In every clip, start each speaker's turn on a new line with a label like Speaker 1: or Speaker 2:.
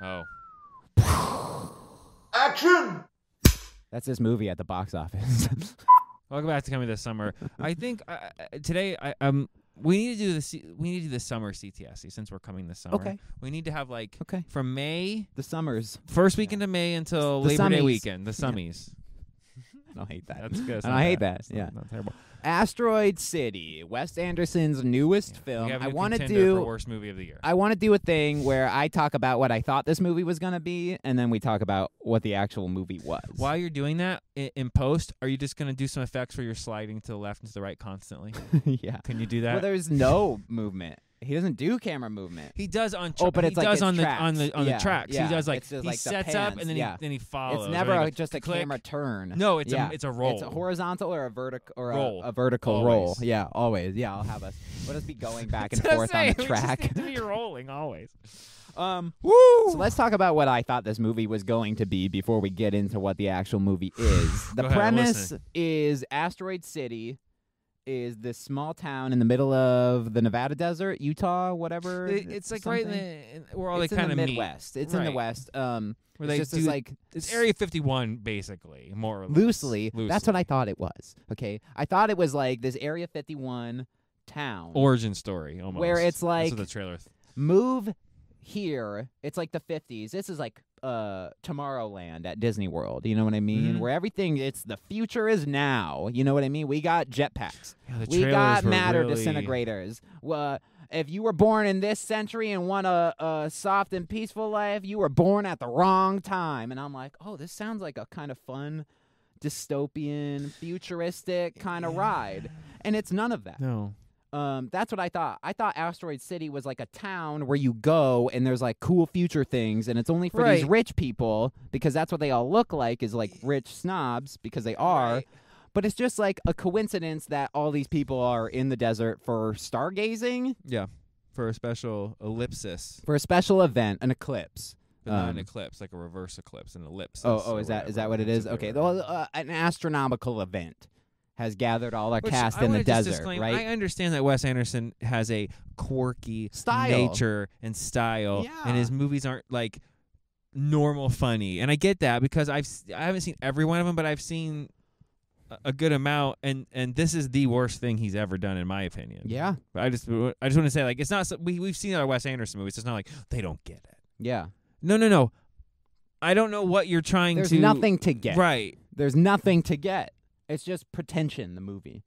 Speaker 1: Oh.
Speaker 2: Action!
Speaker 3: That's this movie at the box office.
Speaker 1: Welcome back to Coming This Summer. I think uh, uh, today I um we need to do the C- we need to do the summer CTSC since we're coming this summer.
Speaker 3: Okay.
Speaker 1: We need to have like
Speaker 3: okay.
Speaker 1: from May
Speaker 3: The summers.
Speaker 1: first weekend of May until
Speaker 3: The
Speaker 1: Labor Day
Speaker 3: summies.
Speaker 1: weekend. The summies.
Speaker 3: I hate that.
Speaker 1: That's good. It's
Speaker 3: And
Speaker 1: not
Speaker 3: I hate
Speaker 1: bad.
Speaker 3: that.
Speaker 1: It's not-
Speaker 3: yeah.
Speaker 1: Not terrible.
Speaker 3: Asteroid City, Wes Anderson's newest film.
Speaker 1: We have
Speaker 3: Um, I
Speaker 1: a
Speaker 3: want to
Speaker 1: contender for
Speaker 3: do.
Speaker 1: worst movie of the year.
Speaker 3: I want to do a thing where I talk about what I thought this movie was gonna be, and then we talk about what the actual movie was.
Speaker 1: While you're doing that i- in post, are you just gonna do some effects where you're sliding to the left and to the right constantly?
Speaker 3: yeah.
Speaker 1: Can you do
Speaker 3: Well,
Speaker 1: that?
Speaker 3: there's no movement. He doesn't do camera movement.
Speaker 1: he does on tra-
Speaker 3: Oh, but
Speaker 1: he
Speaker 3: it's like
Speaker 1: does
Speaker 3: it's
Speaker 1: on the on
Speaker 3: tracks.
Speaker 1: the on
Speaker 3: Yeah,
Speaker 1: the tracks.
Speaker 3: yeah.
Speaker 1: He does like
Speaker 3: It's just
Speaker 1: he
Speaker 3: like the
Speaker 1: sets up
Speaker 3: pans,
Speaker 1: and then
Speaker 3: yeah.
Speaker 1: he then he follows.
Speaker 3: it's
Speaker 1: and
Speaker 3: never
Speaker 1: then he
Speaker 3: a,
Speaker 1: goes
Speaker 3: just a
Speaker 1: click.
Speaker 3: camera turn.
Speaker 1: No, it's
Speaker 3: Yeah.
Speaker 1: a it's a roll.
Speaker 3: It's a horizontal or a vertical or
Speaker 1: Roll.
Speaker 3: A, a vertical roll.
Speaker 1: Always.
Speaker 3: Yeah, always. Yeah, I'll have us. We'll just be going back and
Speaker 1: That's what I'm saying,
Speaker 3: forth on
Speaker 1: we
Speaker 3: the
Speaker 1: just
Speaker 3: track.
Speaker 1: need to be rolling always.
Speaker 3: Um, So let's talk about what I thought this movie was going to be before we get into what the actual movie is. the
Speaker 1: Go ahead, I'm
Speaker 3: premise is Asteroid City is this small town in the middle of the Nevada desert, Utah, whatever.
Speaker 1: It- it's like right in,
Speaker 3: something.
Speaker 1: the, in where all
Speaker 3: it's
Speaker 1: they
Speaker 3: in
Speaker 1: kind
Speaker 3: the
Speaker 1: of
Speaker 3: Midwest. It's in the
Speaker 1: Right.
Speaker 3: West. Um,
Speaker 1: Where
Speaker 3: it's
Speaker 1: they
Speaker 3: just
Speaker 1: do
Speaker 3: this, like
Speaker 1: it's Area 51 basically, more or less.
Speaker 3: loosely, That's
Speaker 1: Loosely.
Speaker 3: what I thought it was. Okay, I thought it was like this Area 51 town.
Speaker 1: origin story almost.
Speaker 3: it's like-
Speaker 1: That's what the trailer. th-
Speaker 3: move here. It's like the 50s. This is like uh Tomorrowland at Disney World. You know what I mean?
Speaker 1: Mhm.
Speaker 3: Where everything it's the future is now. You know what I mean? We got jetpacks.
Speaker 1: Yeah, the
Speaker 3: We
Speaker 1: trailers
Speaker 3: got
Speaker 1: were
Speaker 3: matter
Speaker 1: really-
Speaker 3: disintegrators. Well, if you were born in this century and want a, a soft and peaceful life, you were born at the wrong time. And I'm like, oh, this sounds like a kind of fun, dystopian, futuristic kind of ride. And it's none of that.
Speaker 1: No.
Speaker 3: Um, that's what I thought. I thought Asteroid City was like a town where you go and there's like cool future things, and it's only for these
Speaker 1: Right.
Speaker 3: rich people because that's what they all look like is like rich snobs because they are.
Speaker 1: Right.
Speaker 3: But it's just like a coincidence that all these people are in the desert for stargazing
Speaker 1: Yeah. For a special ellipsis,
Speaker 3: for a special event, an eclipse.
Speaker 1: but not
Speaker 3: Um,
Speaker 1: an eclipse, like a reverse eclipse, an ellipse.
Speaker 3: Oh, oh, is that is that what it is? Okay, well, uh, an astronomical event has gathered all our cast in the desert, right?
Speaker 1: I understand that Wes Anderson has a quirky
Speaker 3: Style.
Speaker 1: nature and style,
Speaker 3: Yeah.
Speaker 1: and his movies aren't like normal funny. And I get that because I've s- I haven't seen every one of them, but I've seen a- a good amount, and and this is the worst thing he's ever done, in my opinion.
Speaker 3: yeah,
Speaker 1: But I just I just want to say like it's not so- we we've seen other Wes Anderson movies. It's not like they don't get it.
Speaker 3: yeah.
Speaker 1: No, no, no. I don't know what you're trying
Speaker 3: There's
Speaker 1: to.
Speaker 3: nothing to get.
Speaker 1: Right.
Speaker 3: There's nothing to get. It's just pretension. The movie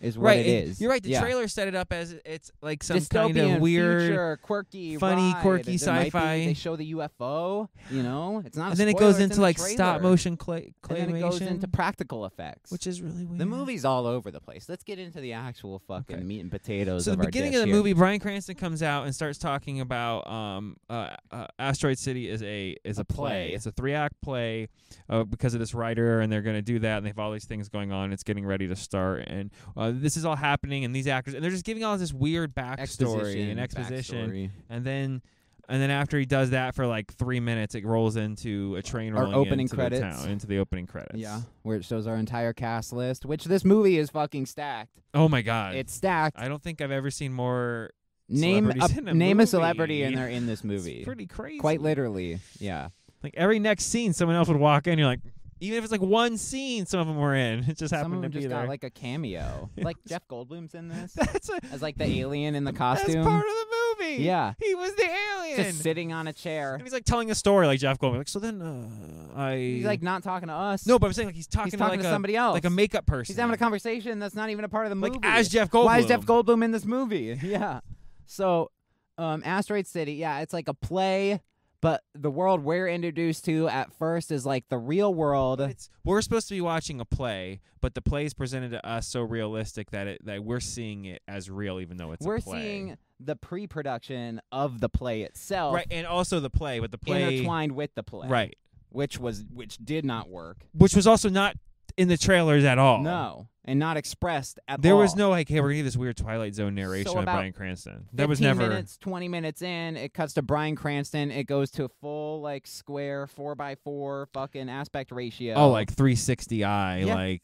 Speaker 3: is what
Speaker 1: right.
Speaker 3: it
Speaker 1: and
Speaker 3: is.
Speaker 1: You're right. The
Speaker 3: Yeah.
Speaker 1: trailer set it up as it's like some
Speaker 3: Dystopian,
Speaker 1: kind of weird.
Speaker 3: future, quirky,
Speaker 1: funny,
Speaker 3: ride.
Speaker 1: quirky
Speaker 3: There might be-
Speaker 1: sci-fi.
Speaker 3: they show the UFO. You know, it's not.
Speaker 1: And
Speaker 3: a
Speaker 1: then it
Speaker 3: spoiler,
Speaker 1: goes
Speaker 3: it's in
Speaker 1: into
Speaker 3: the
Speaker 1: like stop
Speaker 3: trailer.
Speaker 1: motion clay
Speaker 3: And
Speaker 1: claymation,
Speaker 3: then it goes into practical effects.
Speaker 1: which is really weird.
Speaker 3: the movie's all over the place. Let's get into the actual fucking
Speaker 1: Okay.
Speaker 3: meat and potatoes.
Speaker 1: So the
Speaker 3: of our
Speaker 1: beginning
Speaker 3: dish
Speaker 1: of the
Speaker 3: here.
Speaker 1: movie, Brian Cranston comes out and starts talking about um, uh, uh, Asteroid City is a is
Speaker 3: A
Speaker 1: a, play.
Speaker 3: play.
Speaker 1: It's a three act play uh, because of this writer, and they're going to do that, and they have all these things going on. It's getting ready to start, and uh, this is all happening, and these actors, and they're just giving all this weird backstory and exposition,
Speaker 3: backstory.
Speaker 1: and then. And then after he does that for like three minutes, it rolls into a train
Speaker 3: Our
Speaker 1: rolling
Speaker 3: opening
Speaker 1: into
Speaker 3: credits.
Speaker 1: the town, into the opening credits.
Speaker 3: Yeah, where it shows our entire cast list, which this movie is fucking stacked.
Speaker 1: Oh my god.
Speaker 3: It's stacked.
Speaker 1: I don't think I've ever seen more.
Speaker 3: name a,
Speaker 1: celebrities in a
Speaker 3: name a
Speaker 1: movie.
Speaker 3: celebrity, and they're in this
Speaker 1: It's
Speaker 3: movie.
Speaker 1: pretty crazy.
Speaker 3: Quite literally, yeah.
Speaker 1: Like every next scene, someone else would walk in. You're like, even if it's like one scene, some of them were in. It just happened
Speaker 3: Some of them
Speaker 1: to
Speaker 3: just
Speaker 1: be
Speaker 3: got
Speaker 1: there.
Speaker 3: like a cameo. Like Jeff Goldblum's in this
Speaker 1: that's a,
Speaker 3: as like the alien in the
Speaker 1: that's
Speaker 3: costume,
Speaker 1: part of the movie.
Speaker 3: Yeah.
Speaker 1: he was the alien.
Speaker 3: just sitting on a chair.
Speaker 1: and he's like telling a story, like Jeff Goldblum. Like so, then uh, I
Speaker 3: He's like not talking to us.
Speaker 1: no, but I'm saying like he's talking,
Speaker 3: he's talking
Speaker 1: like
Speaker 3: to
Speaker 1: a,
Speaker 3: somebody else.
Speaker 1: like a makeup person.
Speaker 3: He's having a conversation that's not even a part of the
Speaker 1: like
Speaker 3: movie.
Speaker 1: as Jeff Goldblum.
Speaker 3: Why is Jeff Goldblum in this movie? Yeah. So, um, Asteroid City. Yeah, it's like a play, but the world we're introduced to at first is like the real world.
Speaker 1: It's, we're supposed to be watching a play, but the play is presented to us so realistic that it that we're seeing it as real, even though it's
Speaker 3: we're
Speaker 1: a play.
Speaker 3: seeing the pre-production of the play itself,
Speaker 1: right, and also the play, but the play
Speaker 3: intertwined with the play,
Speaker 1: right,
Speaker 3: Which was which did not work.
Speaker 1: which was also not in the trailers at all.
Speaker 3: No, and not expressed at
Speaker 1: Oh. There
Speaker 3: all.
Speaker 1: was no like, hey, we're gonna do this weird Twilight Zone narration
Speaker 3: So
Speaker 1: of
Speaker 3: about
Speaker 1: Brian Cranston. That was
Speaker 3: 15
Speaker 1: never.
Speaker 3: minutes, twenty minutes in. It cuts to Brian Cranston. It goes to full like square four by four fucking aspect ratio.
Speaker 1: Oh, like 360i,
Speaker 3: Yeah.
Speaker 1: like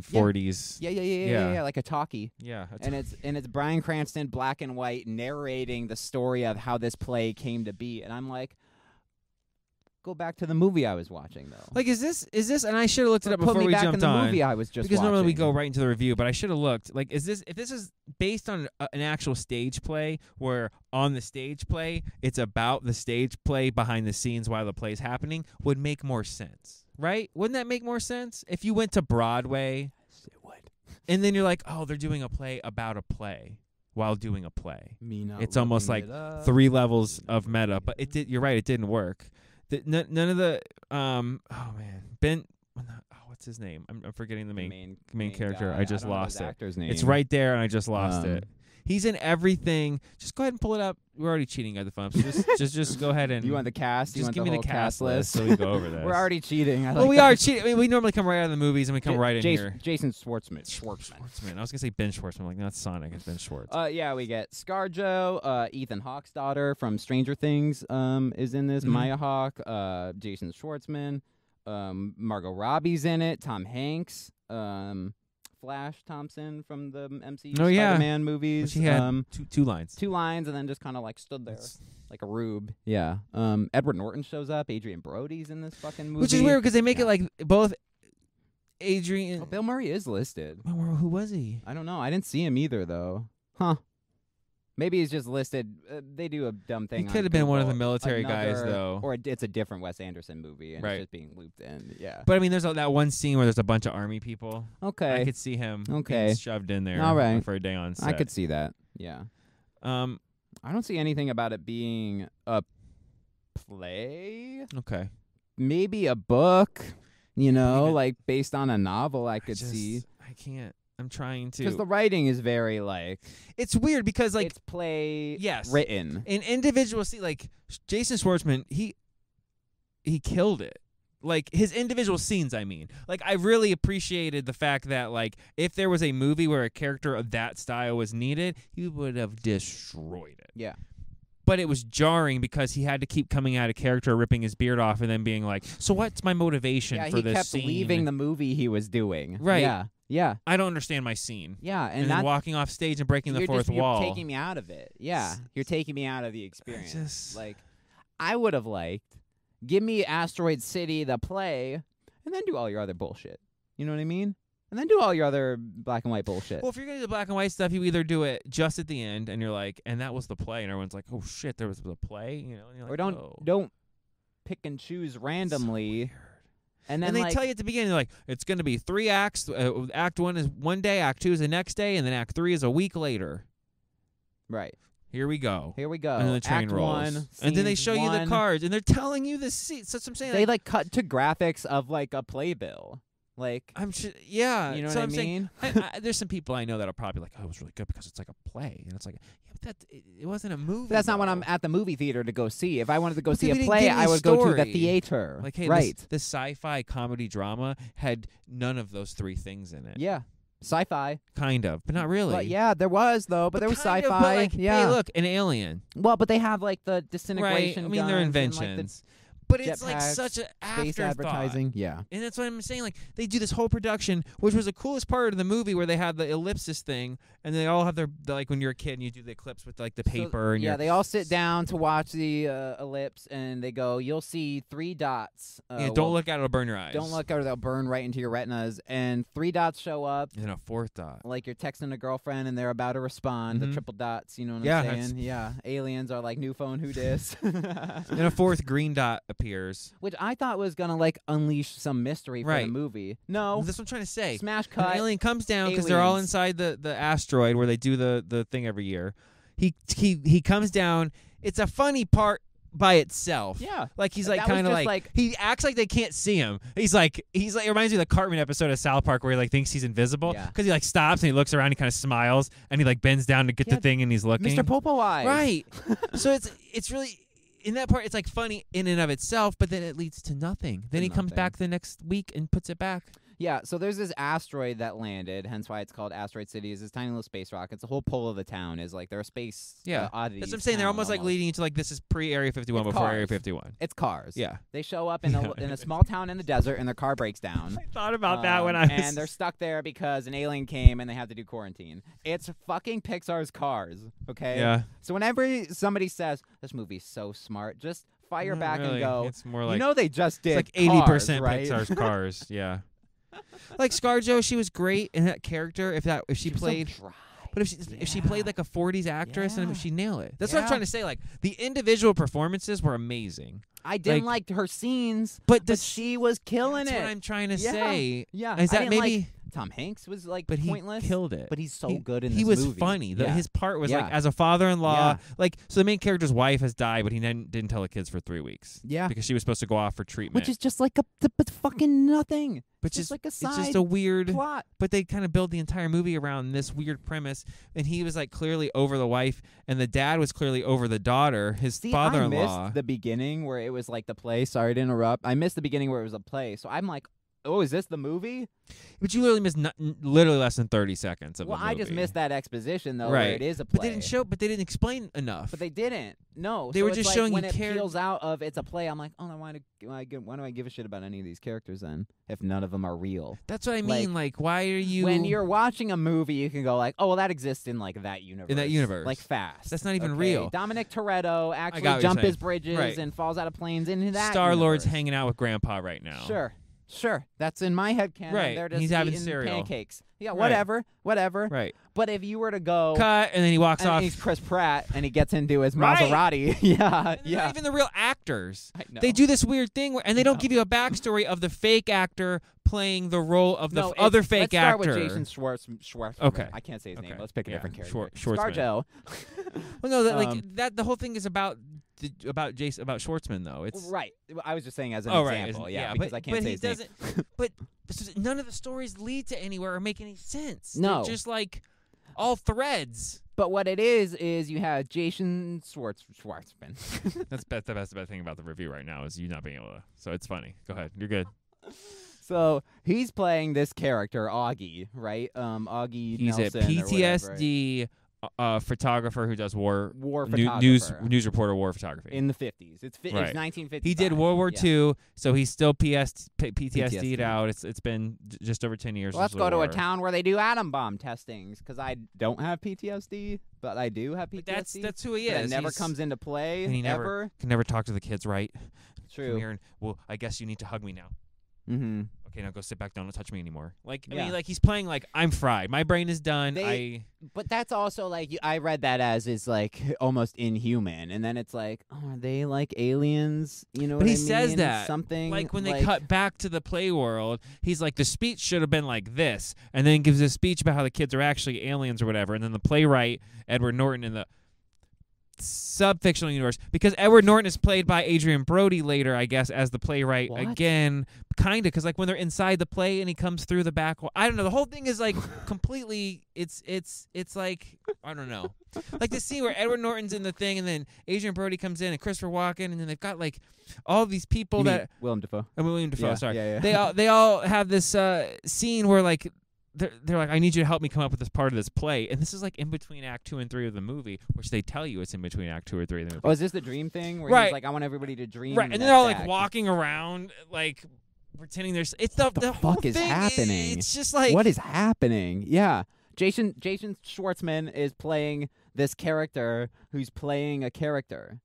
Speaker 1: 1940s.
Speaker 3: yeah, yeah, yeah, yeah, yeah,
Speaker 1: Yeah.
Speaker 3: yeah, like a talkie.
Speaker 1: Yeah,
Speaker 3: And it's and it's Brian Cranston, black and white, narrating the story of how this play came to be. And I'm like, go back to the movie I was watching though.
Speaker 1: Like, is this is this? And I should have looked it up
Speaker 3: put
Speaker 1: before
Speaker 3: me
Speaker 1: we
Speaker 3: back
Speaker 1: jumped
Speaker 3: in the
Speaker 1: on.
Speaker 3: movie I was just
Speaker 1: because normally we go
Speaker 3: watching.
Speaker 1: right into the review, but I should have looked. Like, is this if this is based on a, an actual stage play, where on the stage play it's about the stage play behind the scenes while the play's happening, would make more sense, right? Wouldn't that make more sense if you went to Broadway and then you're like, oh, they're doing a play about a play while doing a play.
Speaker 3: Me not
Speaker 1: It's almost
Speaker 3: looking
Speaker 1: like
Speaker 3: it up.
Speaker 1: Three levels of meta,
Speaker 3: Right.
Speaker 1: but it did. You're right, it didn't work. The, n- none of the um. Oh man, Ben. Oh, what's his name? I'm, I'm forgetting the
Speaker 3: The
Speaker 1: main
Speaker 3: main,
Speaker 1: main character.
Speaker 3: guy.
Speaker 1: I just
Speaker 3: don't know
Speaker 1: lost
Speaker 3: his
Speaker 1: it.
Speaker 3: Actor's name.
Speaker 1: It's right there, and I just lost
Speaker 3: Um,
Speaker 1: it. He's in everything. Just go ahead and pull it up. We're already cheating at the phone. So just, just, just go ahead and
Speaker 3: You want the cast? you
Speaker 1: just
Speaker 3: want
Speaker 1: give
Speaker 3: the
Speaker 1: me
Speaker 3: whole
Speaker 1: the cast list so we go over this.
Speaker 3: We're already cheating. I
Speaker 1: Well,
Speaker 3: like
Speaker 1: we
Speaker 3: that.
Speaker 1: are cheating. I mean, we normally come right out of the movies and we come
Speaker 3: Ja-
Speaker 1: right in
Speaker 3: Jas-
Speaker 1: here.
Speaker 3: Jason Schwartzman. Schwartzman.
Speaker 1: Schwartzman. I was gonna say Ben Schwartzman. I'm like, not Sonic. It's Ben Schwartz.
Speaker 3: Uh, yeah, we get ScarJo, uh, Ethan Hawke's daughter from Stranger Things um, is in this.
Speaker 1: Mhm.
Speaker 3: Maya Hawke, uh, Jason Schwartzman, um, Margot Robbie's in it. Tom Hanks, um, Flash Thompson from the MCU
Speaker 1: Oh, yeah.
Speaker 3: Spider-Man movies.
Speaker 1: he had
Speaker 3: um,
Speaker 1: two, two lines.
Speaker 3: two lines and then just kind of like stood there
Speaker 1: That's-
Speaker 3: like a rube. Yeah. Um, Edward Norton shows up. Adrian Brody's in this fucking movie.
Speaker 1: Which is weird because they make
Speaker 3: Yeah.
Speaker 1: it like both Adrian.
Speaker 3: Oh, Bill Murray is listed.
Speaker 1: Well, who was he?
Speaker 3: I don't know. I didn't see him either, though. Huh. Maybe he's just listed. Uh, they do a dumb thing.
Speaker 1: He
Speaker 3: on
Speaker 1: could have been one of the
Speaker 3: Google.
Speaker 1: military guys,
Speaker 3: Another-
Speaker 1: though.
Speaker 3: Or it- it's a different Wes Anderson movie, and
Speaker 1: Right.
Speaker 3: it's just being looped in. Yeah.
Speaker 1: But I mean, there's a, that one scene where there's a bunch of army people. I
Speaker 3: okay.
Speaker 1: could see him
Speaker 3: Okay.
Speaker 1: being shoved in there
Speaker 3: All right.
Speaker 1: for a day on set.
Speaker 3: I could see that. Yeah.
Speaker 1: Um,
Speaker 3: I don't see anything about it being a play.
Speaker 1: okay.
Speaker 3: Maybe a book. You know,
Speaker 1: it-
Speaker 3: like based on a novel, I could
Speaker 1: just-
Speaker 3: see
Speaker 1: I can't. I'm trying to.
Speaker 3: because the writing is very like
Speaker 1: it's weird because, like,
Speaker 3: it's play
Speaker 1: yes.
Speaker 3: written.
Speaker 1: an individual scene, like, Jason Schwartzman, he he killed it. Like his individual scenes, I mean. Like I really appreciated the fact that like if there was a movie where a character of that style was needed, he would have destroyed it.
Speaker 3: Yeah.
Speaker 1: But it was jarring because he had to keep coming out of character, ripping his beard off, and then being like, "So what's my motivation
Speaker 3: Yeah,
Speaker 1: for
Speaker 3: he
Speaker 1: this
Speaker 3: kept
Speaker 1: scene?"
Speaker 3: leaving the movie he was doing.
Speaker 1: Right.
Speaker 3: Yeah. Yeah.
Speaker 1: I don't understand my scene.
Speaker 3: Yeah,
Speaker 1: and,
Speaker 3: and,
Speaker 1: then
Speaker 3: that
Speaker 1: walking off stage and breaking the
Speaker 3: you're
Speaker 1: fourth
Speaker 3: just,
Speaker 1: wall.
Speaker 3: You're taking me out of it. Yeah,
Speaker 1: S-
Speaker 3: you're taking me out of the
Speaker 1: I
Speaker 3: experience.
Speaker 1: just-
Speaker 3: like, I would have liked give me Asteroid City the play, and then do all your other bullshit. You know what I mean? And then do all your other black and white bullshit.
Speaker 1: well, if you're gonna do the black and white stuff, you either do it just at the end, and you're like, and that was the play, and everyone's like, oh shit, there was a play, you know? And you're
Speaker 3: or
Speaker 1: like,
Speaker 3: don't
Speaker 1: "Oh,
Speaker 3: don't pick and choose
Speaker 1: it's so
Speaker 3: randomly,
Speaker 1: weird." And,
Speaker 3: and then
Speaker 1: they
Speaker 3: like,
Speaker 1: tell you at the beginning, they're like, it's gonna be three acts. Uh, act one is one day, act two is the next day, and then act three is a week later.
Speaker 3: right
Speaker 1: Here we go.
Speaker 3: here we go.
Speaker 1: and then the train
Speaker 3: Act
Speaker 1: rolls,
Speaker 3: one,
Speaker 1: and then they
Speaker 3: scenes
Speaker 1: show you the
Speaker 3: one.
Speaker 1: cards, and they're telling you the seats. That's what I'm saying.
Speaker 3: They
Speaker 1: like,
Speaker 3: like cut to graphics of like a playbill, like
Speaker 1: I'm sh- yeah.
Speaker 3: you know
Speaker 1: Uh, so
Speaker 3: what
Speaker 1: I'm
Speaker 3: I
Speaker 1: saying,
Speaker 3: mean?
Speaker 1: I, I, there's some people I know that are probably like, "Oh, it was really good because it's like a play," and it's like, "Yeah, but that it, it wasn't a movie."
Speaker 3: But that's not what
Speaker 1: though.
Speaker 3: I'm at the movie theater to go see. If I wanted to go
Speaker 1: Because
Speaker 3: see
Speaker 1: we
Speaker 3: a
Speaker 1: didn't
Speaker 3: play,
Speaker 1: get any
Speaker 3: I would go to the
Speaker 1: story.
Speaker 3: theater.
Speaker 1: Like, hey, this-
Speaker 3: right?
Speaker 1: this, sci-fi comedy drama had none of those three things in it.
Speaker 3: Yeah, sci-fi.
Speaker 1: kind of, but not really.
Speaker 3: But yeah, there was though. But, there was
Speaker 1: kind
Speaker 3: sci-fi.
Speaker 1: of, but like,
Speaker 3: yeah.
Speaker 1: Hey, look, an alien.
Speaker 3: Well, but they have like the
Speaker 1: Right. I
Speaker 3: disintegration.
Speaker 1: mean, they're
Speaker 3: guns and,
Speaker 1: inventions.
Speaker 3: like, the
Speaker 1: but it's like
Speaker 3: jetpacks,
Speaker 1: such an
Speaker 3: space
Speaker 1: afterthought.
Speaker 3: advertising. Yeah.
Speaker 1: And that's what I'm saying. Like they do this whole production, which was the coolest part of the movie, where they had the ellipsis thing, and they all have their like when you're a kid and you do the clips with like the
Speaker 3: So,
Speaker 1: paper and
Speaker 3: yeah,
Speaker 1: your
Speaker 3: they all sit down to watch the uh, ellipse, and they go, "You'll see three dots. Uh,
Speaker 1: yeah, don't
Speaker 3: well,
Speaker 1: look at it, it'll burn your eyes.
Speaker 3: Don't look, or they'll burn right into your retinas." And three dots show up.
Speaker 1: And then a fourth dot.
Speaker 3: like you're texting a girlfriend and they're about to respond
Speaker 1: Mhm.
Speaker 3: the triple dots you know what
Speaker 1: Yeah,
Speaker 3: i'm
Speaker 1: that's-
Speaker 3: saying yeah aliens are like new phone who dis
Speaker 1: Then a fourth green dot appears.
Speaker 3: which i thought was gonna like unleash some mystery for
Speaker 1: Right.
Speaker 3: the movie no
Speaker 1: That's what I'm trying to say.
Speaker 3: smash
Speaker 1: An
Speaker 3: cut
Speaker 1: alien comes down because they're all
Speaker 3: aliens.
Speaker 1: inside the, the asteroid where they do the, the thing every year. He he he comes down. It's a funny part by itself.
Speaker 3: yeah
Speaker 1: Like he's
Speaker 3: That
Speaker 1: like
Speaker 3: was
Speaker 1: kind of
Speaker 3: just
Speaker 1: like,
Speaker 3: like-
Speaker 1: he acts like they can't see him. He's like he's like it reminds me of the Cartman episode of South Park where he like thinks he's invisible
Speaker 3: Yeah.
Speaker 1: because he like stops and he looks around, he kind of smiles and he like bends down to get
Speaker 3: Yeah,
Speaker 1: the thing and he's looking.
Speaker 3: mr popo eyes
Speaker 1: Right. so it's it's really in that part it's like funny in and of itself, but then it leads to nothing. Then
Speaker 3: To
Speaker 1: he comes
Speaker 3: nothing.
Speaker 1: back the next week and puts it back.
Speaker 3: Yeah, so there's this asteroid that landed, hence why it's called Asteroid City. Is this tiny little space rock? It's the whole pole of the town is like they're a space. uh,
Speaker 1: Yeah,
Speaker 3: oddities
Speaker 1: That's what I'm saying. They're
Speaker 3: town
Speaker 1: almost like leading you to like this is pre Area 51
Speaker 3: It's
Speaker 1: before Area
Speaker 3: cars.
Speaker 1: 51.
Speaker 3: It's cars.
Speaker 1: Yeah,
Speaker 3: They show up in a in a small town in the desert, and their car breaks down.
Speaker 1: I thought about that when I
Speaker 3: Um,
Speaker 1: was.
Speaker 3: and they're stuck there because an alien came and they have to do quarantine. It's fucking Pixar's Cars, okay?
Speaker 1: yeah,
Speaker 3: So whenever somebody says this movie's so smart, just fire
Speaker 1: Not
Speaker 3: back
Speaker 1: really.
Speaker 3: and go.
Speaker 1: It's more like
Speaker 3: you know they just did
Speaker 1: it's like
Speaker 3: eighty
Speaker 1: percent
Speaker 3: right?
Speaker 1: Pixar's Cars. Yeah, like ScarJo, she was great in that character. If that if she,
Speaker 3: She was so
Speaker 1: played,
Speaker 3: dry.
Speaker 1: but if she if she
Speaker 3: Yeah.
Speaker 1: played like a 40s actress, and
Speaker 3: Yeah.
Speaker 1: she nailed it. That's what
Speaker 3: Yeah.
Speaker 1: I'm trying to say. Like the individual performances were amazing,
Speaker 3: I didn't like, her scenes,
Speaker 1: but
Speaker 3: but
Speaker 1: does
Speaker 3: she was killing
Speaker 1: that's
Speaker 3: it.
Speaker 1: what I'm trying to
Speaker 3: Yeah.
Speaker 1: say.
Speaker 3: yeah,
Speaker 1: Is
Speaker 3: I
Speaker 1: that
Speaker 3: didn't like-
Speaker 1: maybe?
Speaker 3: Tom Hanks was like
Speaker 1: but he
Speaker 3: pointless?
Speaker 1: killed it.
Speaker 3: but he's so
Speaker 1: He-
Speaker 3: good in
Speaker 1: he
Speaker 3: this
Speaker 1: was
Speaker 3: movie.
Speaker 1: funny. The,
Speaker 3: Yeah.
Speaker 1: His part was like
Speaker 3: Yeah.
Speaker 1: as a father-in-law,
Speaker 3: Yeah.
Speaker 1: like so the main character's wife has died, but he didn't, didn't tell the kids for three weeks
Speaker 3: yeah,
Speaker 1: because she was supposed to go off for treatment,
Speaker 3: which is just like a th- but fucking nothing.
Speaker 1: but
Speaker 3: just
Speaker 1: just
Speaker 3: like a
Speaker 1: it's just
Speaker 3: side
Speaker 1: a weird.
Speaker 3: Plot.
Speaker 1: But they kind of build the entire movie around this weird premise, and he was like clearly over the wife, and the dad was clearly over the daughter, his
Speaker 3: See, I
Speaker 1: father-in-law.
Speaker 3: missed the beginning where it was like the play. Sorry to interrupt. I missed the beginning where it was a play. So I'm like, oh, is this the movie?
Speaker 1: but you literally missed not, literally less than thirty seconds of
Speaker 3: well,
Speaker 1: the
Speaker 3: I just
Speaker 1: movie.
Speaker 3: missed that exposition though. Where
Speaker 1: Right.
Speaker 3: it is a play.
Speaker 1: But they didn't show. But they didn't explain enough.
Speaker 3: But they didn't. No,
Speaker 1: They
Speaker 3: so
Speaker 1: were
Speaker 3: it's
Speaker 1: just
Speaker 3: like
Speaker 1: showing
Speaker 3: when
Speaker 1: you
Speaker 3: it
Speaker 1: charac-
Speaker 3: peels out of it's a play. I'm like, oh, then why do why, gi- why do I give a shit about any of these characters then if none of them are real?
Speaker 1: That's what I
Speaker 3: like,
Speaker 1: mean. Like, why are you?
Speaker 3: when you're watching a movie, you can go like, oh, well, that exists in like that universe.
Speaker 1: universe.
Speaker 3: like fast.
Speaker 1: That's not even
Speaker 3: okay?
Speaker 1: real.
Speaker 3: Dominic Toretto actually
Speaker 1: what you're
Speaker 3: jump his
Speaker 1: saying.
Speaker 3: bridges
Speaker 1: Right.
Speaker 3: and falls out of planes into that.
Speaker 1: Star Lord's
Speaker 3: universe.
Speaker 1: hanging out with Grandpa right now.
Speaker 3: Sure. Sure, that's in my head, Ken.
Speaker 1: Right,
Speaker 3: They're
Speaker 1: and
Speaker 3: just
Speaker 1: he's having
Speaker 3: eating
Speaker 1: cereal.
Speaker 3: pancakes. Yeah,
Speaker 1: Right.
Speaker 3: whatever, whatever.
Speaker 1: Right.
Speaker 3: But if you were to go,
Speaker 1: Cut, and then he walks
Speaker 3: and
Speaker 1: off.
Speaker 3: he's Chris Pratt, and he gets into his
Speaker 1: Right.
Speaker 3: Maserati. yeah,
Speaker 1: And they're
Speaker 3: yeah.
Speaker 1: Not even the real actors.
Speaker 3: I know.
Speaker 1: They do this weird thing, where, and they don't
Speaker 3: No.
Speaker 1: give you a backstory of the fake actor playing the role of the
Speaker 3: no,
Speaker 1: f-
Speaker 3: it's-
Speaker 1: other fake
Speaker 3: let's
Speaker 1: actor.
Speaker 3: Start with Jason Schwartz. Schwartz.
Speaker 1: Okay.
Speaker 3: I can't say his name.
Speaker 1: Okay.
Speaker 3: Let's pick a
Speaker 1: Yeah.
Speaker 3: different character.
Speaker 1: Schwar- Schwartzman.
Speaker 3: Scarjo.
Speaker 1: Well, no, that, like
Speaker 3: Um,
Speaker 1: that. The whole thing is about the, about Jason about Schwartzman though. It's
Speaker 3: Right. I was just saying as an
Speaker 1: oh right,
Speaker 3: example.
Speaker 1: isn't-
Speaker 3: Yeah,
Speaker 1: yeah,
Speaker 3: because
Speaker 1: but,
Speaker 3: I can't
Speaker 1: but
Speaker 3: say
Speaker 1: he
Speaker 3: his name.
Speaker 1: doesn't. but s- none of the stories lead to anywhere or make any sense. They're
Speaker 3: No.
Speaker 1: just like all threads.
Speaker 3: But what it is is you have Jason Schwartz Schwartzman.
Speaker 1: That's best, the best, the best thing about the review right now is you not being able to. So it's funny. Go ahead, you're good.
Speaker 3: so he's playing this character Augie, right? Um, Augie.
Speaker 1: He's
Speaker 3: Nelson
Speaker 1: a
Speaker 3: or whatever.
Speaker 1: PTSD uh, photographer who does war,
Speaker 3: war
Speaker 1: new-
Speaker 3: photographer
Speaker 1: news news reporter war photography.
Speaker 3: in the fifties. It's, fi-
Speaker 1: Right.
Speaker 3: it's nineteen fifty.
Speaker 1: he did World War
Speaker 3: yeah.
Speaker 1: II, so he's still PS, P- PTSD'd
Speaker 3: PTSD.
Speaker 1: out. It's it's been j- just over ten years.
Speaker 3: Let's
Speaker 1: since the
Speaker 3: go to
Speaker 1: war.
Speaker 3: a town where they do atom bomb testings because I don't have PTSD, but I do have PTSD.
Speaker 1: But that's that's who he
Speaker 3: that
Speaker 1: is.
Speaker 3: never
Speaker 1: He's-
Speaker 3: comes into play
Speaker 1: and he never-
Speaker 3: ever.
Speaker 1: Can never talk to the kids right. Come
Speaker 3: True.
Speaker 1: here and well, I guess you need to hug me now.
Speaker 3: Mm-hmm.
Speaker 1: Okay, now go sit back down. Don't touch me anymore. Like I
Speaker 3: Yeah.
Speaker 1: mean, like he's playing like I'm fried. My brain is done.
Speaker 3: They-
Speaker 1: I
Speaker 3: But that's also like you- I read that as is like almost inhuman, and then it's like, oh, are they like aliens? You know,
Speaker 1: But
Speaker 3: what
Speaker 1: he
Speaker 3: I
Speaker 1: says
Speaker 3: mean?
Speaker 1: that,
Speaker 3: something
Speaker 1: like when they cut back to the play world, he's like, the speech should have been like this, and then gives a speech about how the kids are actually aliens or whatever, and then the playwright Edward Norton in the subfictional universe because Edward Norton is played by Adrian Brody later, I guess, as the playwright
Speaker 3: What?
Speaker 1: again, kind of because like when they're inside the play and he comes through the back wall, I don't know. The whole thing is like completely. It's it's it's like I don't know, like the scene where Edward Norton's in the thing and then Adrian Brody comes in and Christopher Walken and then they've got like all these people
Speaker 3: You mean
Speaker 1: that
Speaker 3: Willem Dafoe.
Speaker 1: I mean, William Defoe.
Speaker 3: yeah,
Speaker 1: sorry.
Speaker 3: Yeah, yeah.
Speaker 1: They all they all have this uh, scene where like they're they're like, I need you to help me come up with this part of this play, and this is like in between Act Two and Three of the movie, which they tell you it's in between Act Two or Three of the movie.
Speaker 3: Oh, is this the dream thing where he's
Speaker 1: Right.
Speaker 3: like, I want everybody to dream?
Speaker 1: right, and
Speaker 3: that
Speaker 1: they're all like
Speaker 3: fact?
Speaker 1: walking around like pretending there's it's the,
Speaker 3: the
Speaker 1: the whole
Speaker 3: fuck is
Speaker 1: thing,
Speaker 3: happening?
Speaker 1: It's just like
Speaker 3: what is happening? Yeah. Jason Jason Schwartzman is playing this character who's playing a character.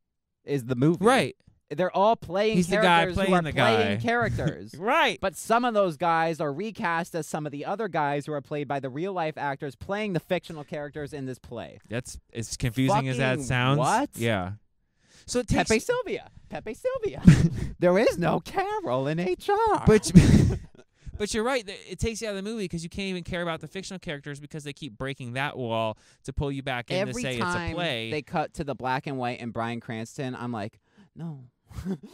Speaker 3: Is the movie.
Speaker 1: right,
Speaker 3: They're all playing
Speaker 1: He's the guy
Speaker 3: characters who
Speaker 1: playing
Speaker 3: are
Speaker 1: the
Speaker 3: playing
Speaker 1: guy.
Speaker 3: characters.
Speaker 1: right.
Speaker 3: But some of those guys are recast as some of the other guys who are played by the real life actors playing the fictional characters in this play.
Speaker 1: That's as confusing as that
Speaker 3: Fucking
Speaker 1: sounds.
Speaker 3: what?
Speaker 1: Yeah. So it takes
Speaker 3: Pepe Sylvia. Pepe Sylvia. there is no Carol in HR.
Speaker 1: But but you're right. that It takes you out of the movie because you can't even care about the fictional characters because they keep breaking that wall to pull you back in
Speaker 3: every
Speaker 1: to say
Speaker 3: time
Speaker 1: it's a play.
Speaker 3: they cut to the black and white and Brian Cranston, I'm like, no.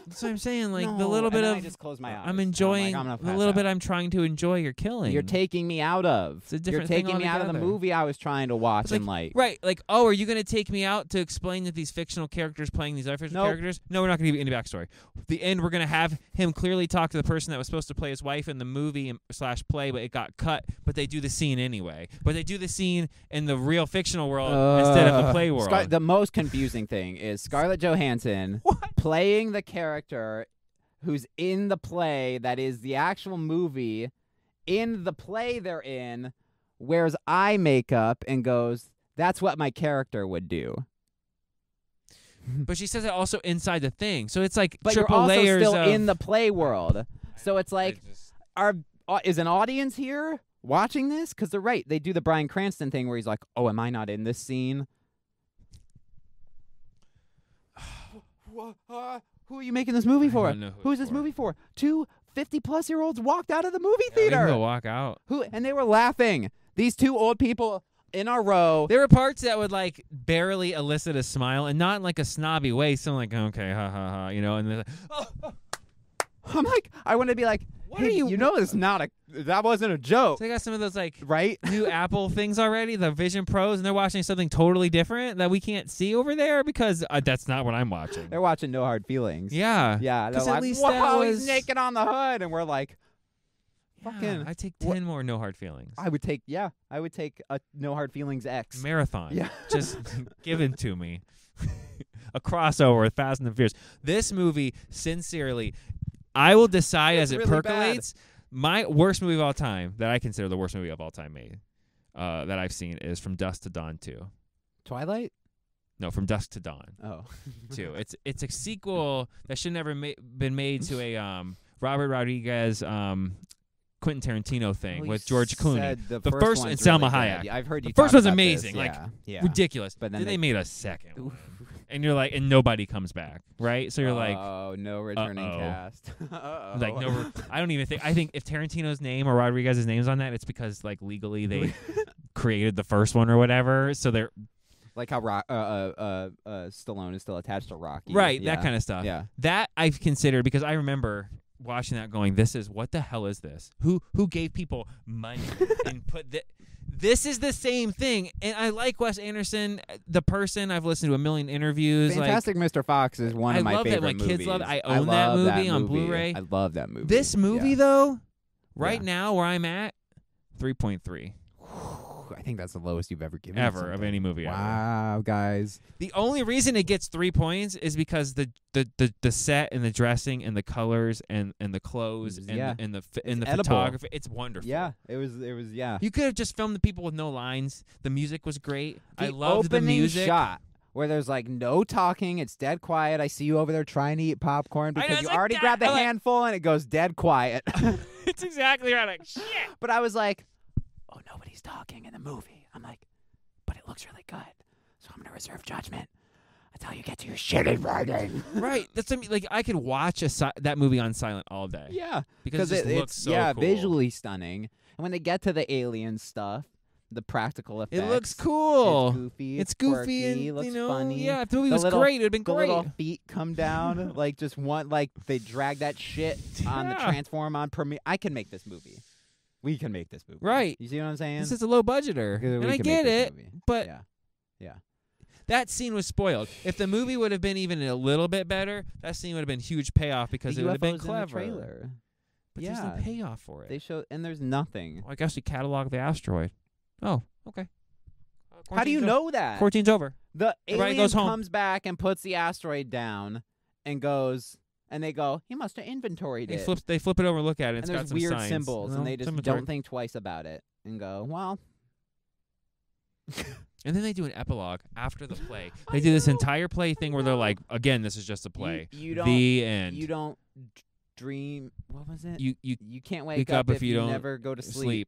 Speaker 1: That's what I'm saying. Like the
Speaker 3: No,
Speaker 1: little
Speaker 3: and
Speaker 1: bit
Speaker 3: then
Speaker 1: of
Speaker 3: I just close my eyes.
Speaker 1: I'm enjoying
Speaker 3: i
Speaker 1: the little bit I'm trying to enjoy. You're killing.
Speaker 3: You're taking me out of.
Speaker 1: It's a
Speaker 3: You're
Speaker 1: different thing
Speaker 3: taking me out of the
Speaker 1: altogether.
Speaker 3: movie I was trying to watch
Speaker 1: It's
Speaker 3: and like
Speaker 1: right. Like, oh, are you going to take me out to explain that these fictional characters playing these other fictional
Speaker 3: Nope.
Speaker 1: characters? No, we're not going to give you any backstory. At the end, we're going to have him clearly talk to the person that was supposed to play his wife in the movie and- slash play, but it got cut. But they do the scene anyway. But they do the scene in the real fictional world instead of the
Speaker 3: Ugh.
Speaker 1: play world.
Speaker 3: Scar- the most confusing thing is Scarlett Johansson
Speaker 1: What?
Speaker 3: playing the character who's in the play that is the actual movie in the play they're in wears eye makeup and goes that's what my character would do
Speaker 1: but she says it also inside the thing. So it's like
Speaker 3: but
Speaker 1: triple
Speaker 3: you're also
Speaker 1: layers
Speaker 3: still
Speaker 1: of,
Speaker 3: in the play world so it's
Speaker 1: I
Speaker 3: like
Speaker 1: just-
Speaker 3: are uh, is an audience here watching this? Because they're right. They do the Brian Cranston thing where he's like, "Oh, am I not in this scene?" Wh- wh- uh, who are you making this movie
Speaker 1: I
Speaker 3: for?
Speaker 1: don't know who
Speaker 3: Who's
Speaker 1: it's
Speaker 3: this
Speaker 1: for.
Speaker 3: movie for? Two 50 plus year olds walked out of the movie
Speaker 1: Yeah, they can
Speaker 3: theater.
Speaker 1: go walk out.
Speaker 3: who and they were laughing. These two old people in a row.
Speaker 1: There were parts that would like barely elicit a smile, and not in like a snobby way. So I'm like, okay, ha ha ha, you know. And they're like, oh, oh.
Speaker 3: I'm like, I want to be like,
Speaker 1: What
Speaker 3: "Hey,
Speaker 1: are you-
Speaker 3: You know, it's not a. That wasn't a joke,
Speaker 1: so they got some of those like
Speaker 3: right?
Speaker 1: new Apple things already, the Vision Pros, and they're watching something totally different that we can't see over there because uh, that's not what I'm watching.
Speaker 3: They're watching No Hard Feelings.
Speaker 1: Yeah,
Speaker 3: Yeah, they're
Speaker 1: 'Cause at
Speaker 3: like,
Speaker 1: least that
Speaker 3: "Whoa,
Speaker 1: was-
Speaker 3: he's naked on the hood," and we're like,
Speaker 1: Yeah,
Speaker 3: fucking-
Speaker 1: I take
Speaker 3: what-
Speaker 1: ten more no hard feelings.
Speaker 3: "I would take, yeah, I would take a no hard feelings X."
Speaker 1: Marathon,
Speaker 3: Yeah.
Speaker 1: just given to me. a crossover with Fast and the Furious. This movie, sincerely, I will decide as
Speaker 3: It's
Speaker 1: it
Speaker 3: really bad.
Speaker 1: percolates. My worst movie of all time that I consider the worst movie of all time made uh, that I've seen is From Dusk to Dawn two.
Speaker 3: Twilight.
Speaker 1: No, From Dusk to Dawn.
Speaker 3: Oh,
Speaker 1: too. It's it's a sequel that should never ma- been made to a um, Robert Rodriguez um, Quentin Tarantino thing
Speaker 3: Well, you
Speaker 1: with George Clooney.
Speaker 3: said The,
Speaker 1: The
Speaker 3: first,
Speaker 1: first
Speaker 3: one's
Speaker 1: and Salma
Speaker 3: really
Speaker 1: Hayek.
Speaker 3: good. Yeah, I've heard
Speaker 1: The
Speaker 3: you.
Speaker 1: first
Speaker 3: talk
Speaker 1: one's
Speaker 3: about
Speaker 1: amazing,
Speaker 3: This.
Speaker 1: like,
Speaker 3: yeah, yeah.
Speaker 1: Ridiculous.
Speaker 3: But then
Speaker 1: they,
Speaker 3: they-
Speaker 1: made a second one. And you're like, and nobody comes back, right? So you're like,
Speaker 3: oh no, returning
Speaker 1: uh-oh.
Speaker 3: cast. Uh-oh.
Speaker 1: like no, re- I don't even think. I think if Tarantino's name or Rodriguez's name's on that, it's because like legally they created the first one or whatever. So they're
Speaker 3: like how Rock, uh, uh, uh, uh, Stallone is still attached to Rocky.
Speaker 1: right,
Speaker 3: yeah.
Speaker 1: that kind of stuff.
Speaker 3: Yeah,
Speaker 1: that I've considered because I remember watching that going, this is what the hell is this? Who who gave people money and put that? This is the same thing, and I like Wes Anderson, uh, the person. I've listened to a million interviews.
Speaker 3: Fantastic Mr. Fox is one
Speaker 1: I
Speaker 3: of my
Speaker 1: love that.
Speaker 3: favorite
Speaker 1: My kids
Speaker 3: movies.
Speaker 1: love it. I
Speaker 3: I
Speaker 1: own that
Speaker 3: love that
Speaker 1: movie on Blu-ray.
Speaker 3: I love that movie.
Speaker 1: Like this movie
Speaker 3: Yeah.
Speaker 1: though, right
Speaker 3: Yeah.
Speaker 1: now where I'm at, three point three
Speaker 3: I think that's the lowest you've ever given me
Speaker 1: ever of
Speaker 3: something.
Speaker 1: any movie. Ever.
Speaker 3: Wow, guys.
Speaker 1: The only reason it gets three points is because the the the, the set and the dressing and the colors and and the clothes and
Speaker 3: Yeah.
Speaker 1: the, and the ph- and the
Speaker 3: It's edible.
Speaker 1: photography. It's wonderful.
Speaker 3: Yeah, it was. It was. Yeah.
Speaker 1: You could have just filmed the people with no lines. The music was great. I
Speaker 3: The
Speaker 1: loved the
Speaker 3: opening
Speaker 1: music.
Speaker 3: shot where there's like no talking. It's dead quiet. I see you over there trying to eat popcorn
Speaker 1: I know,
Speaker 3: because
Speaker 1: it's
Speaker 3: you
Speaker 1: like
Speaker 3: already
Speaker 1: that.
Speaker 3: grabbed the
Speaker 1: I'm like-
Speaker 3: handful and it goes dead quiet.
Speaker 1: it's exactly right. Like, shit.
Speaker 3: but I was like, oh, nobody's talking in the movie. I'm like, but it looks really good, so I'm gonna reserve judgment until you get to your shitty writing.
Speaker 1: right. That's what I mean. like I could watch a si- that movie on silent all day.
Speaker 3: yeah.
Speaker 1: because it, just looks so
Speaker 3: yeah
Speaker 1: cool.
Speaker 3: visually stunning. And when they get to the alien stuff, the practical
Speaker 1: It
Speaker 3: effects,
Speaker 1: looks
Speaker 3: It's
Speaker 1: cool.
Speaker 3: goofy.
Speaker 1: Oh, It's goofy
Speaker 3: quirky,
Speaker 1: and
Speaker 3: looks
Speaker 1: you know,
Speaker 3: funny.
Speaker 1: yeah. If the movie
Speaker 3: The
Speaker 1: was
Speaker 3: little-
Speaker 1: great, it'd have been
Speaker 3: The
Speaker 1: great.
Speaker 3: little feet come down like just one like they drag that shit on the
Speaker 1: Yeah.
Speaker 3: transform on premiere. I can make this movie. We can make this movie.
Speaker 1: Right.
Speaker 3: You see what I'm saying?
Speaker 1: This is a low budgeter,
Speaker 3: We
Speaker 1: and
Speaker 3: can
Speaker 1: I
Speaker 3: make
Speaker 1: get
Speaker 3: this
Speaker 1: it.
Speaker 3: movie.
Speaker 1: But
Speaker 3: yeah.
Speaker 1: that scene was spoiled. If the movie would have been even a little bit better, that scene would have been huge payoff because
Speaker 3: The
Speaker 1: it would have been
Speaker 3: UFOs in the
Speaker 1: clever.
Speaker 3: trailer.
Speaker 1: But there's no
Speaker 3: Yeah.
Speaker 1: payoff for it.
Speaker 3: They show and there's nothing.
Speaker 1: I guess we catalog the asteroid. Oh, okay.
Speaker 3: How do you know that?
Speaker 1: Quarantine's over.
Speaker 3: The
Speaker 1: Everybody
Speaker 3: alien
Speaker 1: goes home.
Speaker 3: comes back and puts the asteroid down and goes, and they go, he must have inventoried
Speaker 1: They
Speaker 3: it.
Speaker 1: flip, they flip it over and look at it.
Speaker 3: and
Speaker 1: it's got
Speaker 3: there's
Speaker 1: some
Speaker 3: weird
Speaker 1: signs.
Speaker 3: symbols,
Speaker 1: Well,
Speaker 3: and they just
Speaker 1: symbols are-
Speaker 3: don't think twice about it and go, well,
Speaker 1: And then they do an epilogue after the play.
Speaker 3: I
Speaker 1: They do this
Speaker 3: know,
Speaker 1: entire play thing where they're
Speaker 3: know.
Speaker 1: like, again, this is just a play.
Speaker 3: You, you don't.
Speaker 1: the end.
Speaker 3: you don't d- dream. What was it?
Speaker 1: you, you
Speaker 3: You can't wake,
Speaker 1: wake up if you don't
Speaker 3: never go to
Speaker 1: sleep.
Speaker 3: sleep.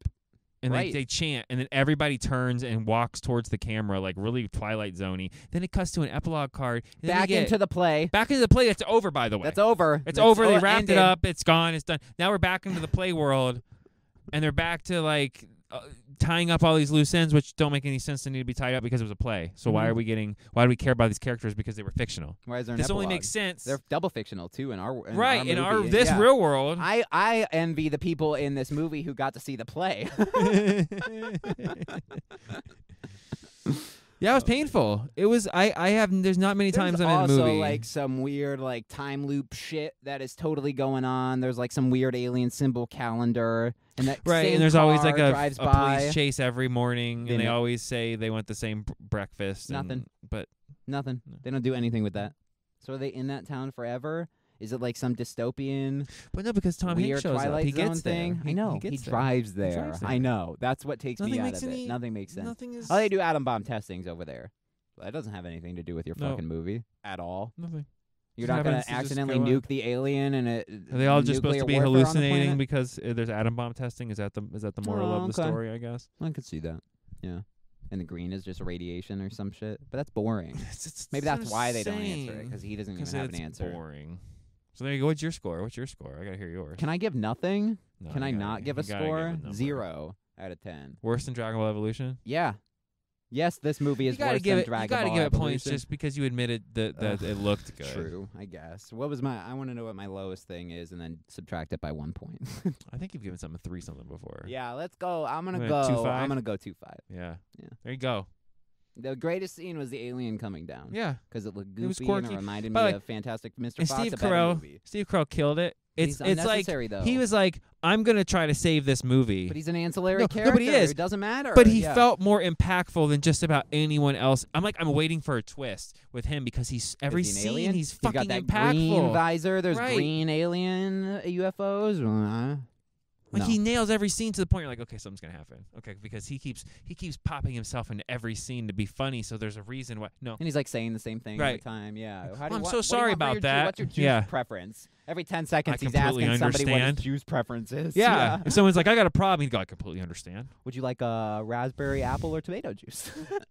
Speaker 1: And
Speaker 3: Right.
Speaker 1: they, they chant, and then everybody turns and walks towards the camera, like really Twilight Zoney. Then it cuts to an epilogue card. and then they
Speaker 3: Back
Speaker 1: get-
Speaker 3: into the play.
Speaker 1: back into the play. That's over, by the way.
Speaker 3: That's over.
Speaker 1: It's
Speaker 3: That's
Speaker 1: over. They
Speaker 3: all
Speaker 1: wrapped
Speaker 3: ended.
Speaker 1: it up. It's gone. It's done. Now we're back into the play world, and they're back to like uh, tying up all these loose ends, which don't make any sense. They need to be tied up because it was a play. So why
Speaker 3: Mhm.
Speaker 1: are we getting? Why do we care about these characters because they were fictional?
Speaker 3: Why is there an
Speaker 1: This only
Speaker 3: epilogue?
Speaker 1: makes sense,
Speaker 3: They're double fictional too in our in
Speaker 1: right?
Speaker 3: Our
Speaker 1: in our
Speaker 3: movie.
Speaker 1: this
Speaker 3: yeah.
Speaker 1: real world.
Speaker 3: I I envy the people in this movie who got to see the play.
Speaker 1: yeah, it was painful. It was. I. I have. There's not many times
Speaker 3: There's
Speaker 1: I'm in a
Speaker 3: also
Speaker 1: movie.
Speaker 3: like some weird like time loop shit that is totally going on. There's like some weird alien symbol calendar, and that
Speaker 1: Right,
Speaker 3: same
Speaker 1: and there's
Speaker 3: car
Speaker 1: always like a,
Speaker 3: drives
Speaker 1: a
Speaker 3: by.
Speaker 1: police chase every morning,
Speaker 3: They
Speaker 1: and they
Speaker 3: ne-
Speaker 1: always say they want the same br- breakfast. and-
Speaker 3: Nothing.
Speaker 1: but
Speaker 3: Nothing.
Speaker 1: No.
Speaker 3: They don't do anything with that. So are they in that town forever? Is it like some dystopian
Speaker 1: but no, because Tom
Speaker 3: weird
Speaker 1: Hanks shows
Speaker 3: Twilight
Speaker 1: up. He
Speaker 3: Zone
Speaker 1: gets there.
Speaker 3: thing?
Speaker 1: He-
Speaker 3: I know.
Speaker 1: He, gets there.
Speaker 3: drives there.
Speaker 1: drives
Speaker 3: I
Speaker 1: there.
Speaker 3: know. That's what takes me
Speaker 1: Nothing
Speaker 3: out
Speaker 1: makes
Speaker 3: of it.
Speaker 1: any-
Speaker 3: Nothing makes sense.
Speaker 1: Nothing is.
Speaker 3: Oh, they do atom bomb testings over there. That doesn't have anything to do with your
Speaker 1: No.
Speaker 3: fucking movie at all.
Speaker 1: Nothing.
Speaker 3: You're
Speaker 1: Just
Speaker 3: not gonna
Speaker 1: happens to just
Speaker 3: accidentally
Speaker 1: go on.
Speaker 3: nuke the alien and it.
Speaker 1: Are they all just supposed
Speaker 3: nuclear
Speaker 1: to be
Speaker 3: warfare on the
Speaker 1: hallucinating
Speaker 3: planet?
Speaker 1: because uh, there's atom bomb testing? Is that the is that the moral
Speaker 3: Oh,
Speaker 1: of the
Speaker 3: okay.
Speaker 1: story? I guess.
Speaker 3: I could see that. Yeah. And the green is just radiation or some shit, but that's boring.
Speaker 1: It's- it's-
Speaker 3: Maybe
Speaker 1: it's
Speaker 3: that's why they don't answer it
Speaker 1: insane.
Speaker 3: because he doesn't even
Speaker 1: 'Cause
Speaker 3: have an
Speaker 1: it's
Speaker 3: answer.
Speaker 1: Boring. So there you go. What's your score? What's your score? I gotta hear yours.
Speaker 3: Can I give nothing?
Speaker 1: No,
Speaker 3: Can
Speaker 1: you
Speaker 3: I
Speaker 1: gotta-
Speaker 3: not give
Speaker 1: you
Speaker 3: a
Speaker 1: gotta give
Speaker 3: score?
Speaker 1: number.
Speaker 3: Zero out of ten.
Speaker 1: Worse than Dragon Ball Evolution.
Speaker 3: Yeah. Yes, this movie is
Speaker 1: you gotta
Speaker 3: worse
Speaker 1: give
Speaker 3: than
Speaker 1: it.
Speaker 3: Dragon
Speaker 1: you gotta
Speaker 3: Ball
Speaker 1: give it points
Speaker 3: Evolution.
Speaker 1: just because you admitted that that
Speaker 3: Ugh,
Speaker 1: it looked good.
Speaker 3: True, I guess. What was my? I want to know what my lowest thing is, and then subtract it by one point.
Speaker 1: I think you've given something three something before.
Speaker 3: yeah, let's go. I'm gonna
Speaker 1: Wait,
Speaker 3: go.
Speaker 1: two five?
Speaker 3: I'm gonna go two five.
Speaker 1: Yeah.
Speaker 3: Yeah.
Speaker 1: There you go.
Speaker 3: The greatest scene was the alien coming down.
Speaker 1: Yeah.
Speaker 3: because it looked
Speaker 1: It was
Speaker 3: goofy and
Speaker 1: quirky.
Speaker 3: it reminded
Speaker 1: By the
Speaker 3: me
Speaker 1: way,
Speaker 3: of Fantastic Mr.
Speaker 1: and
Speaker 3: Fox.
Speaker 1: Steve
Speaker 3: a better
Speaker 1: Carell-
Speaker 3: movie.
Speaker 1: Steve Carell killed it. It's
Speaker 3: he's
Speaker 1: it's like
Speaker 3: unnecessary, though.
Speaker 1: he was like, I'm gonna try to save this movie.
Speaker 3: but he's an ancillary
Speaker 1: No, no,
Speaker 3: character.
Speaker 1: but he is.
Speaker 3: It doesn't matter.
Speaker 1: But he
Speaker 3: Yeah.
Speaker 1: felt more impactful than just about anyone else. I'm like, I'm waiting for a twist with him because he's
Speaker 3: Is
Speaker 1: every
Speaker 3: he an
Speaker 1: scene
Speaker 3: alien?
Speaker 1: he's
Speaker 3: He's
Speaker 1: fucking
Speaker 3: got that
Speaker 1: impactful.
Speaker 3: Green visor. There's
Speaker 1: Right.
Speaker 3: green alien uh, UFOs. Uh,
Speaker 1: like
Speaker 3: no.
Speaker 1: he nails every scene to the point you're like, okay, something's gonna happen. Okay, because he keeps he keeps popping himself into every scene to be funny. So there's a reason why. No,
Speaker 3: And he's like saying the same thing every
Speaker 1: Right.
Speaker 3: time. Yeah. How do
Speaker 1: I'm
Speaker 3: you,
Speaker 1: so
Speaker 3: what,
Speaker 1: sorry
Speaker 3: what do you want
Speaker 1: about
Speaker 3: for your ju-
Speaker 1: that.
Speaker 3: what's your juice
Speaker 1: Yeah.
Speaker 3: preference? Every 10 seconds, he's
Speaker 1: completely
Speaker 3: asking somebody what
Speaker 1: understand.
Speaker 3: his juice preference is.
Speaker 1: yeah. If someone's like, I got a problem, he'd go, I completely understand.
Speaker 3: Would you like a raspberry, apple, or tomato juice?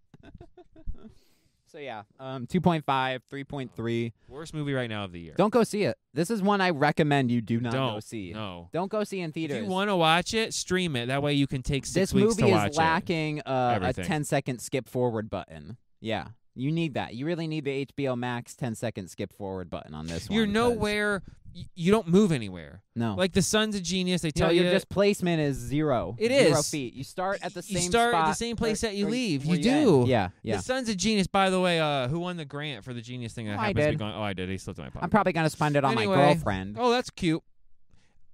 Speaker 3: so, yeah. Um, 2.5, 3.3.
Speaker 1: Worst movie right now of the year.
Speaker 3: Don't go see it. This is one I recommend you do not go
Speaker 1: Don't.
Speaker 3: see.
Speaker 1: no.
Speaker 3: Don't go see in
Speaker 1: If
Speaker 3: theaters.
Speaker 1: you want to watch it, stream it. That way you can take six
Speaker 3: this
Speaker 1: weeks
Speaker 3: movie
Speaker 1: to watch
Speaker 3: is lacking uh, a
Speaker 1: Everything.
Speaker 3: 10 second skip forward button. Yeah. You need that. You really need the HBO Max 10 second skip forward button on this
Speaker 1: it. You're
Speaker 3: one. 'cause-
Speaker 1: nowhere. y- You don't move anywhere.
Speaker 3: No.
Speaker 1: Like the son's a genius. They
Speaker 3: No,
Speaker 1: tell you
Speaker 3: your displacement is zero.
Speaker 1: It
Speaker 3: Zero
Speaker 1: is.
Speaker 3: feet. You start at the
Speaker 1: You
Speaker 3: same
Speaker 1: start at the
Speaker 3: spot
Speaker 1: same place
Speaker 3: where-
Speaker 1: that you
Speaker 3: where
Speaker 1: leave.
Speaker 3: where
Speaker 1: You
Speaker 3: end.
Speaker 1: do.
Speaker 3: Yeah, yeah.
Speaker 1: The son's a genius. By the way, uh, who won the grant for the genius thing that
Speaker 3: Oh, I
Speaker 1: happens to be
Speaker 3: did.
Speaker 1: going? Oh, I did. He slipped in my pocket.
Speaker 3: I'm probably gonna spend it on
Speaker 1: Anyway.
Speaker 3: my girlfriend.
Speaker 1: oh, that's cute.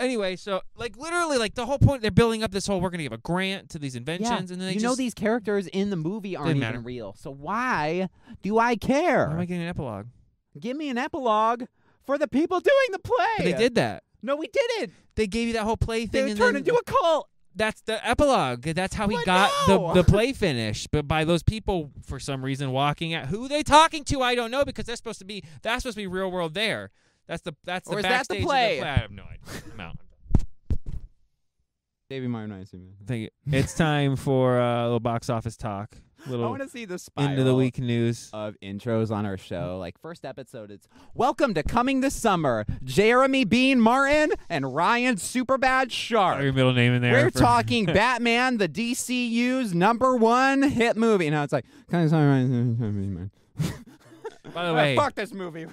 Speaker 1: Anyway, so like literally, like the whole point they're building up this whole we're gonna give a grant to these inventions,
Speaker 3: yeah.
Speaker 1: and then they
Speaker 3: you
Speaker 1: just
Speaker 3: know these characters in the movie aren't
Speaker 1: Didn't
Speaker 3: even
Speaker 1: matter.
Speaker 3: real. So why do I
Speaker 1: Why am I
Speaker 3: care?
Speaker 1: getting an epilogue?
Speaker 3: Give me an epilogue for the people doing the play.
Speaker 1: But they did that.
Speaker 3: No, we didn't.
Speaker 1: They gave you that whole play
Speaker 3: They
Speaker 1: thing.
Speaker 3: were
Speaker 1: and
Speaker 3: turned
Speaker 1: then
Speaker 3: into a cult.
Speaker 1: that's the epilogue. That's how he
Speaker 3: But
Speaker 1: got
Speaker 3: no!
Speaker 1: the, the play finished. But by those people for some reason walking at who they talking to, I don't know because that's supposed to be that's supposed to be real world there. That's the that's
Speaker 3: Or
Speaker 1: the
Speaker 3: is that the
Speaker 1: backstage of
Speaker 3: play?
Speaker 1: I have no idea. I'm out.
Speaker 3: David Martin, I assume.
Speaker 1: Thank you. It's time for uh, a little box office talk.
Speaker 3: I Uh,
Speaker 1: Little
Speaker 3: want to see the spiral
Speaker 1: end of the week news.
Speaker 3: of intros on our show. Like first episode, it's welcome to coming this summer, Jeremy Bean Martin and Ryan Superbad
Speaker 1: Throw
Speaker 3: Sharp.
Speaker 1: your middle name in there.
Speaker 3: We're
Speaker 1: for-
Speaker 3: talking Batman, the DCU's number one hit movie. Now it's like coming this summer, Ryan Superbad Sharp.
Speaker 1: By
Speaker 3: Ah,
Speaker 1: the way,
Speaker 3: fuck this movie.